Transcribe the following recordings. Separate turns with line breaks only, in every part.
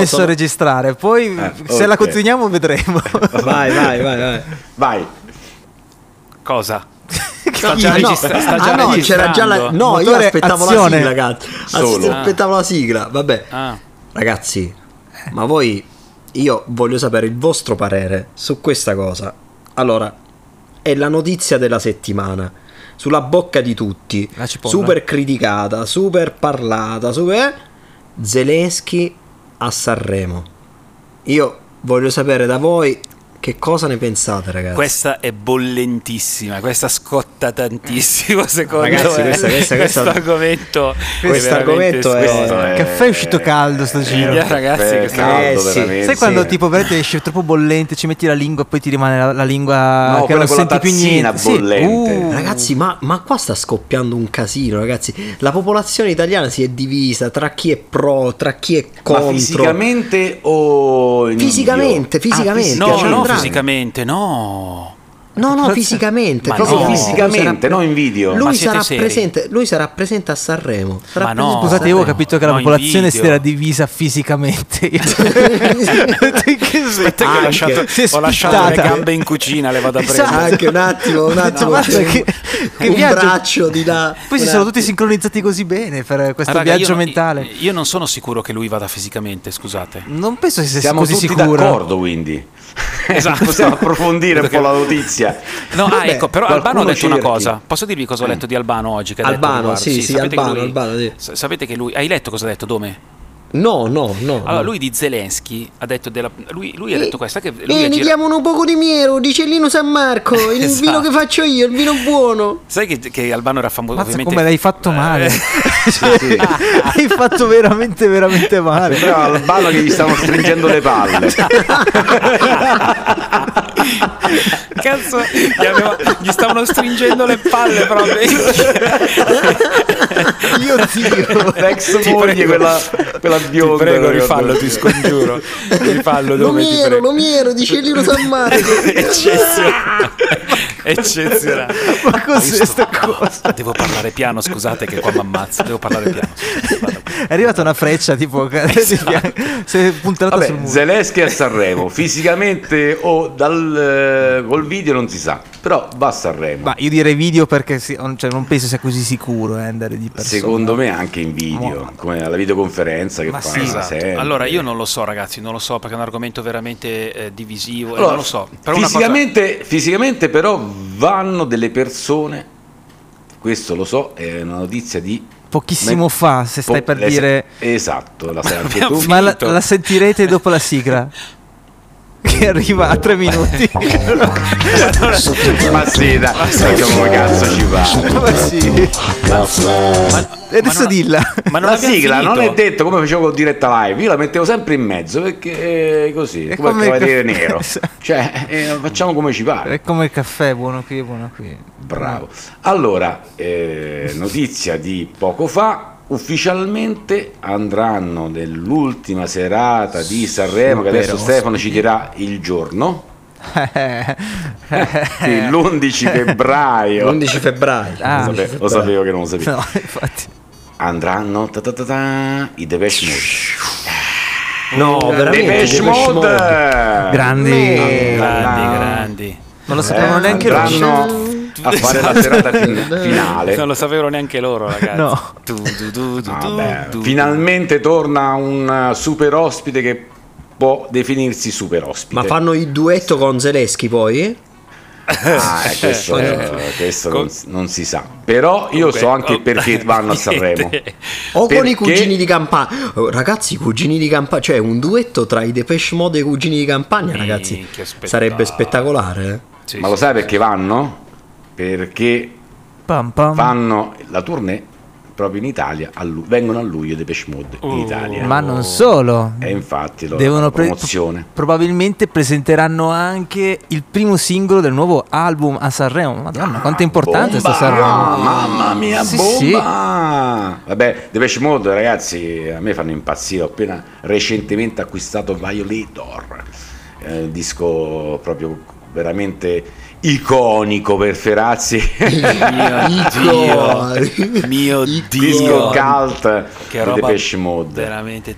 messo a registrare, poi
Eh,
se la
ok.
continuiamo vedremo.
Vai, vai, vai, vai.
Vai.
Cosa?
No,
Sta già
no.
registra- sta già
ah, no, c'era già la...
registrando.
No,
Motore,
io aspettavo
azione.
la sigla, cazzo. As-
Solo.
Aspettavo la sigla, vabbè.
Ah.
Ragazzi, ma voi... Io voglio sapere il vostro parere su questa cosa. Allora, è la notizia della settimana. Sulla bocca di tutti.
La cipolla.
Super criticata, super parlata, super... eh? Zelensky a Sanremo. Io voglio sapere da voi che cosa ne pensate, ragazzi.
Questa è bollentissima, questa scotta tantissimo secondo
Ragazzi,
me.
questa- questa- questa-
questo argomento
Questo argomento è-
veramente scotta.
Eh,
Caffè è uscito caldo sto giro.
Eh, ragazzi,
Caffè
che
caldo,
eh, sì.
veramente.
Sai quando tipo veramente esce troppo bollente, ci metti la lingua e poi ti rimane la, la lingua
No,
che
quella
non
con la
senti più
tazzina
niente.
bollente.
Eh.
uh.
Ragazzi, ma, ma qua sta scoppiando un casino, ragazzi. La popolazione italiana si è divisa tra chi è pro, tra chi è
Ma
contro.
fisicamente o in
Fisicamente,
video?
fisicamente,
Ah,
No,
Cioè,
no,
Andrade.
fisicamente, no.
No, no, fisicamente.
Ma
proprio
no.
lui
Fisicamente, no, in video.
Lui
Ma siete
sarà,
seri?
presente, lui sarà presente a Sanremo. Sarà
Ma no.
presente a
Scusate, io ho capito che la
No, in
popolazione si
video.
era divisa fisicamente. Io- che
Aspetta che ho
Anche.
lasciato,
Si è
ho lasciato le
spittata.
gambe in cucina, le vado a prendere.
Esatto.
Anche un attimo, un attimo.
guarda
un-
che- che
un
viaggio.
braccio di là.
Poi si
un
sono
attimo.
tutti sincronizzati così bene per questo
Raga,
viaggio
io non-
mentale.
Io, non sono sicuro che lui vada fisicamente, scusate.
Mm.
Non penso che sia
Siamo
così
tutti
sicuro.
d'accordo, quindi. Eh,
Esatto.
Possiamo approfondire un po' la notizia.
No, ah,
Vabbè,
ecco, però
qualcuno
Albano ha detto una
cerchi.
cosa. Posso dirvi cosa ho letto di Albano oggi? Che ha
Mm. Albano,
detto riguardo?
sì, sì,
sapete che
Albano, Albano, sì.
sa- Sapete che lui... Hai letto cosa ha detto, Dome?
No, no, no.
Allora,
no.
lui di Zelensky ha detto della... Lui, lui ha detto questa che... Lui
Eh, ne
ha girato-
diamone un poco di miero, di Cellino San Marco, il
Esatto.
vino che faccio io, il vino buono.
Sai che, che Albano era famoso
Mazza
ovviamente...
come l'hai fatto male. Cioè,
Eh. sì.
Hai fatto veramente, veramente male.
Sembrava Albano che gli stanno stringendo le palle.
Cazzo, gli, avevo- gli stavano stringendo le palle proprio.
Io dico.
L'ex
Ti
moglie,
prego.
quella, quella bionda.
Ti prego,
quella-
rifallo, ti scongiuro. Rifallo, dove ti
Lomiero,
prego.
Lomiero di Cellino San Marco.
Eccezionale. Eccezionale.
Ma cos'è
Io sto-
sta cosa?
Devo parlare piano, scusate che qua mi ammazzo. Devo parlare piano. Vado.
È arrivata una freccia tipo si è puntata sul
Esatto. Vabbè,
muro.
Zelensky a Sanremo, fisicamente o dal, eh, col video non si sa, però va a Sanremo.
Ma io direi video perché si- on- cioè, non penso sia così sicuro eh, andare di persona.
Secondo me anche in video,
Mo-
come alla videoconferenza che
Ma
fa
sì.
Esatto.
sempre.
Allora, io non lo so, ragazzi, non lo so perché è un argomento veramente eh, divisivo. e
Allora,
non lo so. Però una cosa-
fisicamente, fisicamente però vanno delle persone, questo lo so, è una notizia di...
Pochissimo fa, se stai per
le-
dire-
Esatto, la sai anche
abbiamo
tu.
finito.
Ma la, la sentirete dopo la sigla che arriva a tre minuti.
Ma sì, dai, facciamo come cazzo ci va.
Ma sì. E adesso
non-
dilla.
Ma non
la
abbiamo
sigla
finito.
non è detto come facevo con diretta live, io la mettevo sempre in mezzo perché eh, così,
È
come,
come-
il cavaliere nero. Cioè, eh, facciamo come ci pare.
È come il caffè, buono qui, buono qui.
Bravo. Allora, eh, notizia di poco fa, ufficialmente andranno nell'ultima serata di Sanremo, che adesso Stefano ci dirà il giorno,
Eh.
quindi l'11 febbraio.
L'11 febbraio.
Ah.
lo, sapevo, lo sapevo che non lo sapevo.
No, infatti.
Andranno ta ta ta ta, i Depeche Mode.
No, veramente.
Depeche Mode!
Grandi.
Eh,
Grandi,
la-
grandi.
Non lo
eh,
sapevano neanche loro.
andranno a fare la serata fin- finale.
Non lo sapevano neanche loro, ragazzi.
No.
Tu, tu, tu, tu, tu,
Vabbè,
tu.
Ah, finalmente torna un eh, super ospite che può definirsi super ospite.
Ma fanno il duetto con Zelensky poi?
Ah, eh, questo, eh, questo non, non si sa. Però io so anche
Oh,
perché vanno a Sanremo.
niente.
O con
Perché-
i cugini di campagna. Oh, Ragazzi, i cugini di campagna. Cioè, un duetto tra i Depeche Mode e i cugini di campagna, ragazzi.
Minchia, spettacolo.
Sarebbe spettacolare. eh.
Sì,
Ma lo
sì.
sai perché vanno? Perché
Pam, pam.
fanno la tournée proprio in Italia, a lu- vengono a luglio Depeche Mode in
Oh.
Italia.
Ma non solo.
E infatti loro
Devono
fanno
pre-
Certo, promozione.
probabilmente presenteranno anche il primo singolo del nuovo album a Sanremo. Madonna, quanto è importante sto
Ah, Bomba! Ah,
Sanremo.
Mamma mia,
Sì,
bomba!
sì.
Vabbè, Depeche Mode, ragazzi, a me fanno impazzire. Ho appena recentemente acquistato Violator, eh, disco proprio veramente iconico per Ferazzi.
Mio Dio.
Iconi.
Mio
disco
Dio.
cult
Che
di
roba
Depeche Mode.
veramente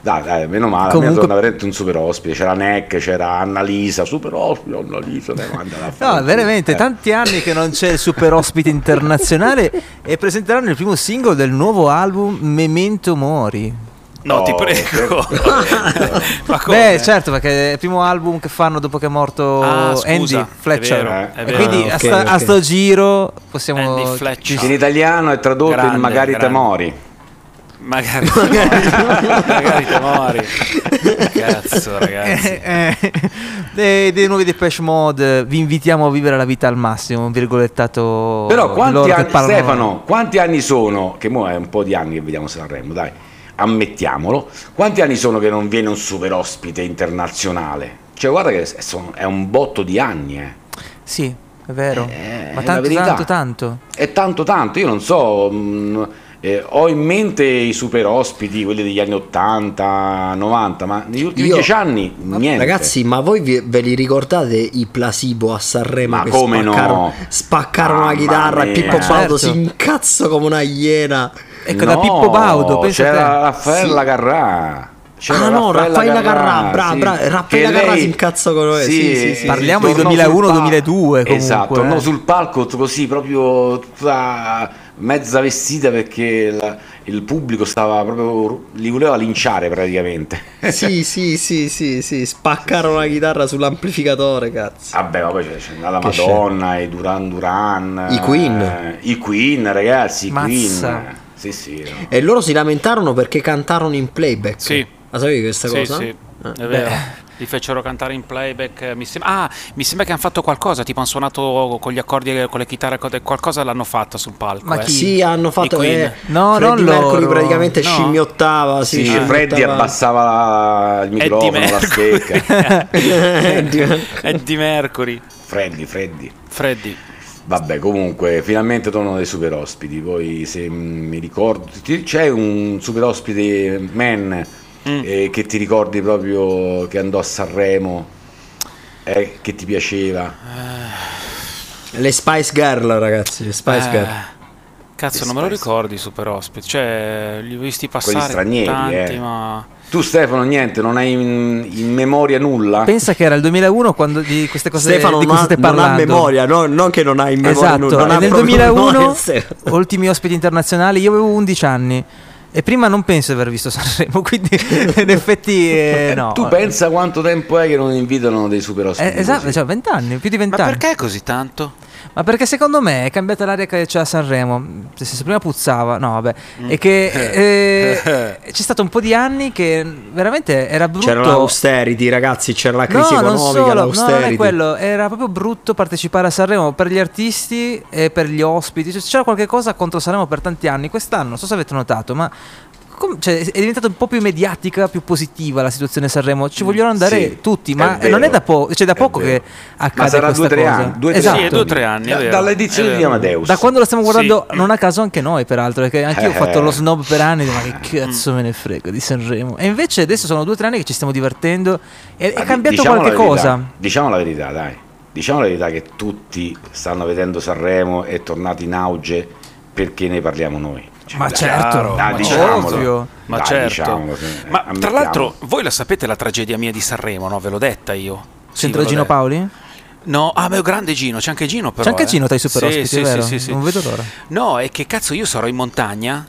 Dai, dai, meno
Comunque-
male, Comunque... torna veramente un super ospite, c'era Neck, c'era Annalisa, super ospite, Annalisa, dai, mandala a fare
No,
un-
veramente,
eh.
tanti anni che non c'è il super ospite internazionale e presenteranno il primo singolo del nuovo album Memento Mori.
No, ti
Oh,
prego. Ma come?
Beh, certo, perché è il primo album che fanno dopo che è morto
Ah, scusa,
oh, Andy
è
Fletcher.
vero, è
Eh,
e
vero.
quindi eh,
Ah,
a,
ok,
sta- a
ok.
sto giro possiamo...
Andy Fletcher.
Che in italiano è tradotto
Grande,
in Magari
grande.
Temori.
Magari te mori. Magari te mori. Cazzo, ragazzi.
Eh, eh, dei, dei nuovi Depeche Mode, eh, vi invitiamo a vivere la vita al massimo, un virgolettato
Però
di
quanti
loro che
anni,
parlano-
Stefano, quanti anni sono? Che mo è un po' di anni che vediamo Sanremo, dai, ammettiamolo. Quanti anni sono che non viene un super ospite internazionale? Cioè, guarda che è- sono- è un botto di anni, eh.
Sì, è vero.
Eh,
Ma
è la
tanto,
verità.
tanto, tanto.
È tanto tanto, io non so, mh, eh, ho in mente i super ospiti, quelli degli anni 80, 90, ma negli ultimi
Io-
dieci anni
Ma-
niente.
Ragazzi, ma voi vi- ve li ricordate i placebo a Sanremo
Ma
che
come no?
spaccarono, spaccarono la
Mamma
chitarra e
mia.
Pippo Baudo
Certo.
si incazza come una iena.
Ecco, da Pippo Baudo, pensa a
c'era
te.
Raffaella Carrà. C'era
Ah, no, Raffaella Carrà, bra-
sì.
bra- Raffaella
Che
Carrà si incazza con noi, sì, sì, sì.
Parliamo di
tornò
2001,
sul pal-
2002 comunque,
Esatto,
eh.
tornò sul palco t- così, proprio tutta mezza vestita perché la- il pubblico stava proprio... li voleva linciare praticamente.
Sì, sì, sì, sì, sì, spaccarono la chitarra sull'amplificatore, cazzo.
Vabbè, ma poi c'è, c'è la
Che
Madonna, i Duran Duran,
I Queen.
eh, i Queen, ragazzi, i
Mazza.
Queen. Sì, sì. no.
E loro si lamentarono perché cantarono in playback.
Sì.
Ma sapevi questa
Sì,
cosa?
sì,
Eh.
è vero. Li fecero cantare in playback. eh, Mi sembra, ah, mi sembra che hanno fatto qualcosa. Tipo, hanno suonato con gli accordi, eh, con le chitarre, cose- qualcosa l'hanno fatto sul palco.
Ma
eh.
chi?
Sì, hanno fatto
I Queen.
eh,
No,
Freddie
non
Mercury
loro.
praticamente
No.
scimmiottava, sì,
Sì, Freddy
scimmiottava.
abbassava il microfono, la
Mercury.
stecca.
Eddie Mercury,
Freddy, Freddy.
Freddy.
Vabbè, comunque, finalmente tornano dei super ospiti. Poi, se mi ricordo, ti- c'è un super ospite man
Mm.
eh, che ti ricordi proprio che andò a Sanremo, eh, che ti piaceva.
Le Spice Girl, ragazzi, le Spice
Eh,
Girl.
Cazzo,
Che
non me lo
Spice.
ricordi, super ospite. Cioè, li ho visti passare
stranieri,
tanti,
eh.
ma.
Tu, Stefano, niente, non hai in, in memoria nulla?
Pensa che era il 2001 quando di queste cose
Ah. Stefano
di cui
non ha,
state
non ha
parlando.
memoria, no- non che non ha in memoria
Esatto,
nulla, non
e
ha
nel
proprio
2001,
memoria, Stefano.
ultimi ospiti internazionali, io avevo 11 anni e prima non penso di aver visto Sanremo, quindi in effetti eh, no.
Tu pensa quanto tempo è che non invitano dei super ospiti?
Eh, esatto,
così?
cioè 20 anni, più di
Ma
20 anni.
perché così tanto?
Ma perché secondo me è cambiata l'aria che c'è a Sanremo. Se, se prima puzzava, no, vabbè.
Mm.
E che eh, c'è stato un po' di anni che veramente era brutto.
C'era l'austerity, ragazzi, c'era la crisi
no, non
economica,
solo, no, non
l'austerity.
è quello, era proprio brutto partecipare a Sanremo per gli artisti e per gli ospiti, Cioè, c'era qualche cosa contro Sanremo per tanti anni, quest'anno, non so se avete notato, ma com- cioè, è diventata un po' più mediatica, più positiva la situazione a Sanremo, ci vogliono andare
sì,
tutti,
è
ma
vero,
non è da, po- cioè, da
è
poco che
vero.
accade
Ma sarà
questa
due o tre
cosa.
anni, due, o tre
esatto.
Sì, è due o tre anni, è
Da-
vero, è
dall'edizione di
vero.
Amadeus.
Da quando lo stiamo guardando,
Sì.
non a caso anche noi, peraltro, perché anche io ho fatto
Eh.
lo snob per anni, ma che
Eh.
cazzo me ne frega di Sanremo. E invece adesso sono due o tre anni che ci stiamo divertendo e
Ma
è
di-
cambiato
diciamo la
qualche
verità,
cosa.
Diciamo la verità, dai. Diciamo la verità che tutti stanno vedendo Sanremo è tornato in auge perché ne parliamo noi. Cioè,
Ma
dai,
certo,
chiaro,
dai,
ma
diciamolo.
ovvio.
Ma
Dai,
certo.
diciamolo, sì, eh,
ma tra
ammettiamo.
l'altro, voi la sapete la tragedia mia di Sanremo, no? Ve l'ho detta io. Sì,
C'entra
ve l'ho
Gino
detta.
Paoli?
No, ah, ma è un grande Gino, c'è anche Gino però.
C'è anche
eh.
Gino tra i super
Sì,
ospiti,
sì,
vero?
sì, sì, sì.
Non vedo l'ora. E
No, è che cazzo io sarò in montagna.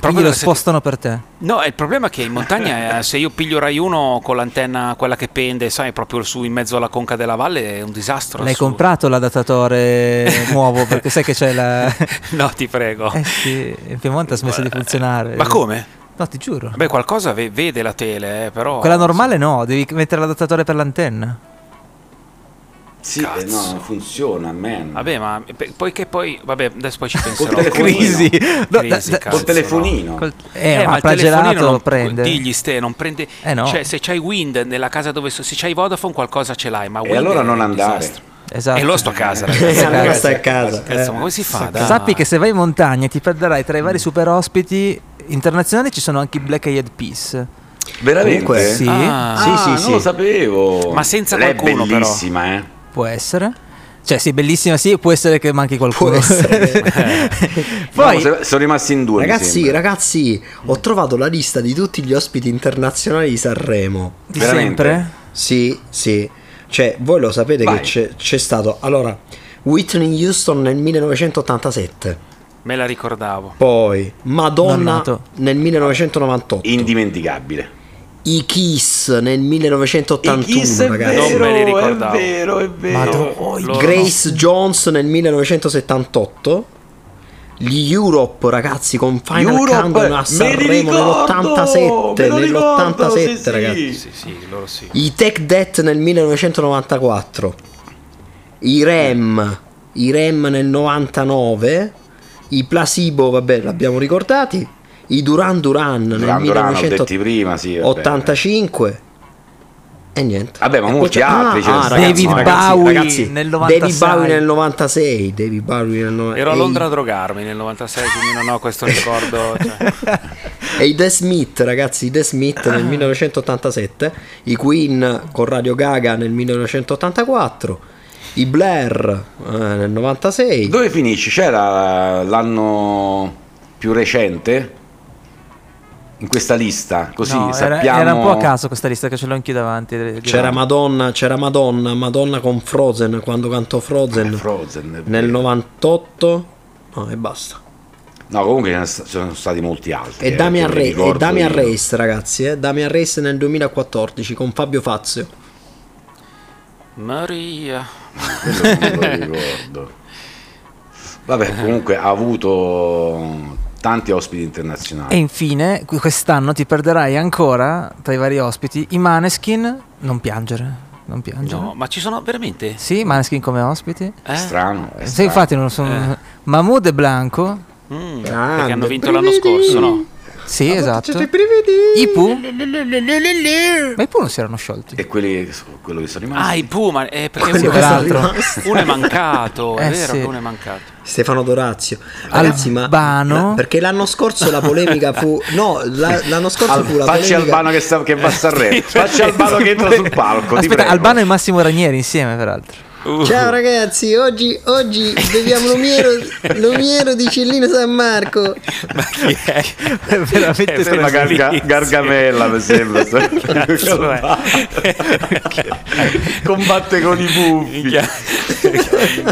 quindi
la
lo
sett-
spostano per te.
No, il problema è che in montagna eh, se io piglio Rai 1 con l'antenna quella che pende, sai, proprio su in mezzo alla conca della valle è un disastro.
L'hai
assurdo.
comprato l'adattatore nuovo perché sai che c'è la...
No, ti prego. Eh,
Eh sì, in Piemonte ha smesso di funzionare.
Ma come?
No, ti giuro.
Beh, qualcosa ve- vede la tele, eh, però.
Quella normale no, devi mettere l'adattatore per l'antenna.
Sì,
Cazzo.
eh, no, non funziona, man.
Vabbè, ma eh, pe- poi che poi. Vabbè, adesso poi ci penserò.
Col telefonino. Crisi.
No,
Crisi,
da- da-
cazzo,
Col telefonino.
no.
Col- eh, ma,
il
Pragelato
telefonino non-
prende.
Digli ste, non prende.
Eh, no.
Cioè, se c'hai Wind nella casa dove. so- se c'hai Vodafone, qualcosa ce l'hai. Ma
E
Wind
allora
è
non
un
andare.
disastro.
Esatto.
E lo sto a casa,
Eh,
ragazzi.
allora
Ragazzi,
stai a casa.
Cazzo,
eh.
ma come si fa? dai?
Sappi che se vai in montagna ti perderai tra i vari super ospiti internazionali ci sono anche i Black Eyed Peas.
Veramente?
Comunque,
Sì,
Ah,
Ah,
Sì, sì,
non
sì.
lo sapevo.
Ma senza
Lei
qualcuno,
è
però.
bellissima, eh.
può essere. Cioè, sì, bellissima, sì, può essere che manchi qualcuno.
Può essere.
Poi,
No, se- sono rimasti in due. mi
Ragazzi,
sembra.
ragazzi, ho trovato la lista di tutti gli ospiti internazionali di Sanremo.
di
veramente?
sempre,
Sì, sì. Cioè, voi lo sapete
Vai.
che c'è, c'è stato. Allora, Whitney Houston nel 1987,
Me la ricordavo.
poi Madonna
Dannato.
nel 1998,
Indimenticabile.
i Kiss nel 1981,
I Kiss è
ragazzi.
Non me li ricordavo.
È vero, è vero.
Oh,
Loro-
Grace Jones nel 1978. Gli Europe, ragazzi, con Final
Europe, eh,
Countdown
me
a
li
Sanremo
ricordo, me
nell'87.
lo ricordo,
Nell'87,
sì, sì.
ragazzi.
Sì, sì, loro sì.
I Tech Death nel 1994. I REM. I REM nel 99. I Placebo, vabbè, l'abbiamo ricordati. I Duran Duran nel
Duran Duran, eh, l'ho detti
1985.
prima, sì, vabbè.
E niente.
Vabbè, ma
E poi
molti
c'è-
altri cioè, ce ne
Ah, ah, ragazzi,
stanno,
David
ragazzi,
Bowie
ragazzi,
nel
David
96.
Bowie nel 96. David Bowie nel 96.
Ero a Londra a drogarmi nel 96, quindi non ho questo ricordo. cioè.
E i The Smith, ragazzi, i The Smith nel 1987, i Queen con Radio Gaga nel 1984, i Blair eh, nel 96.
Dove finisci? C'era l'anno più recente in questa lista? Così
No, era,
sappiamo.
era un po' a caso questa lista che ce l'ho anch'io davanti. di- di
C'era
là.
Madonna, c'era Madonna, Madonna con Frozen quando cantò Frozen,
Eh, Frozen. è
nel
vero.
98. No, e basta.
No, comunque ce ne sta- sono stati molti altri.
E
eh,
Damian,
che mi
Re- e
ricordo
Damian
io.
Race, ragazzi, eh. Damian Race nel 2014 con Fabio Fazio.
Maria.
Quello non me lo ricordo. Vabbè, comunque ha avuto tanti ospiti internazionali.
E infine, qui- quest'anno ti perderai ancora tra i vari ospiti i Maneskin. Non piangere, non piangere.
No, ma ci sono veramente?
Sì, Maneskin come ospiti.
Eh?
Strano. è
Sì,
strano.
infatti non sono Mahmood e Blanco.
Mm, perché
Grande.
hanno vinto l'anno scorso, no?
Sì, esatto.
C'è i brividi.
I Pooh? Ma i Pooh non si erano sciolti.
E quelli, quello che sono rimasti.
Ah, i Puma, eh, perché
Quello
uno,
che sono
uno è mancato, è
Eh,
vero
sì.
che uno è mancato.
Stefano Dorazio. Ragazzi, ma-
Albano?
la- perché l'anno scorso la polemica fu no, la- l'anno scorso
Al-
fu la
facci
polemica
Albano che, sta, che va a Sanremo. facci Albano che entra sul palco. ti
cioè, Aspetta,
prego.
Albano e Massimo Ranieri insieme, peraltro.
Ciao ragazzi, oggi, oggi beviamo l'omiero, l'omiero di Cellino San Marco.
Ma chi è?
È veramente
Eh,
Sembra
così.
Garga- Gargamella, mi sembra.
Cazzo è?
Combatte con i buffi.
Minchia.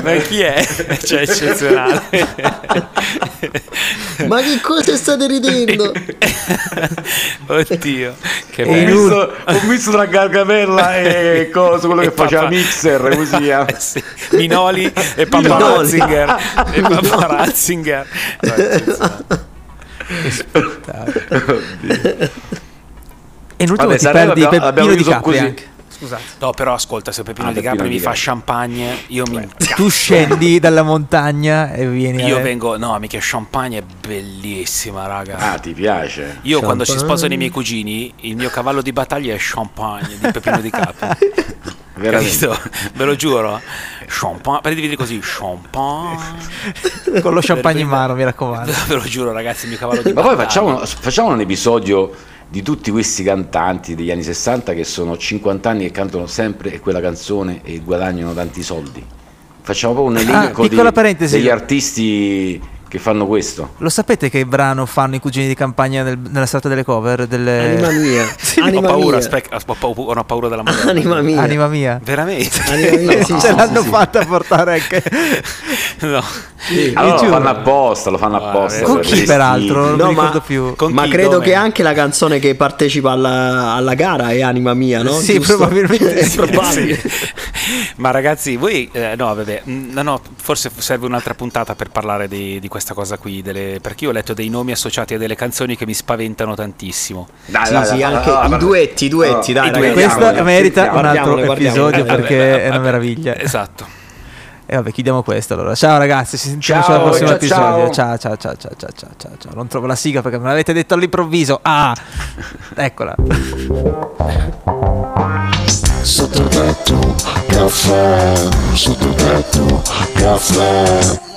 Ma chi è? Cioè, è eccezionale.
Ma che cosa state ridendo?
Eh.
Oddio, che
E
Ho
in
bello.
un-
visto, ho visto tra Gargamella e cosa, quello che
E
faceva
papà-
Mixer, così eh.
Eh, sì. Minoli e Papa
Minoli.
Ratzinger. E Papa Ratzinger. No, è eccezionale.
E l'ultimo
Vabbè,
ti
Sanremo
perdi
abbiamo-
Peppino
abbiamo
di
chiuso
Capri
così.
anche. Scusate.
No, però ascolta, se Peppino
Ah,
Di Capri
Peppino
mi
Di
fa
Capri.
champagne, io mi
Tu scendi dalla montagna e vieni
Io
a...
vengo, no, mica champagne è bellissima, raga.
Ah, ti piace?
Io quando si
Champagne.
sposano i miei cugini, il mio cavallo di battaglia è champagne di Peppino di Capri.
Veramente.
Capito? Ve lo giuro. Champagne, per dire così, champagne.
con lo champagne in mano, mi raccomando.
Ve lo giuro, ragazzi, il mio cavallo di
Ma poi
battaglia.
facciamo, facciamo un episodio di tutti questi cantanti degli anni 60 che sono 50 anni che cantano sempre quella canzone e guadagnano tanti soldi. Facciamo proprio un
Ah,
elenco di-
piccola parentesi.
degli artisti che fanno questo.
Lo sapete che brano fanno i cugini di campagna nel- nella serata delle cover? Delle...
Anima mia,
Ho
anima
paura,
mia,
aspetta, ho paura, ho paura della madonna.
anima mia,
Anima mia.
Veramente?
Anima mia, Eh, sì,
Ce
sì,
l'hanno
sì, sì.
fatta portare anche...
No.
Sì.
Allora lo
giuro.
fanno apposta, lo fanno
Guarda,
apposta.
Con
per
chi
vestirli.
peraltro? Non
No,
mi
ma-
ricordo più.
Con
Ma
chi?
credo
Dove?
che anche la canzone che partecipa alla, alla gara è Anima mia, no?
Sì,
Giusto?
probabilmente
È
sì,
probabile.
Ma ragazzi, voi eh, no, vabbè, mm, no, no, forse serve un'altra puntata per parlare di, di questa cosa qui. delle- perché io ho letto dei nomi associati a delle canzoni che mi spaventano tantissimo.
Dai,
Sì,
dai,
sì,
dai,
anche
dai,
i
guarda.
duetti, i duetti, dai,
i
ragazzi.
duetti.
Questa
Parliamone,
merita un
parliamone.
altro
parliamone, parliamone.
episodio
Eh, vabbè,
perché è una
vabbè.
meraviglia.
Esatto.
E vabbè, chiudiamo questo allora. Ciao ragazzi, ci sentiamo
Ciao,
al prossimo
ciao,
episodio.
ciao.
Ciao ciao ciao ciao ciao ciao ciao ciao. Non trovo la sigla perché me l'avete detto all'improvviso. Ah! Eccola.
sotto tetto, caffè, sotto tetto, caffè.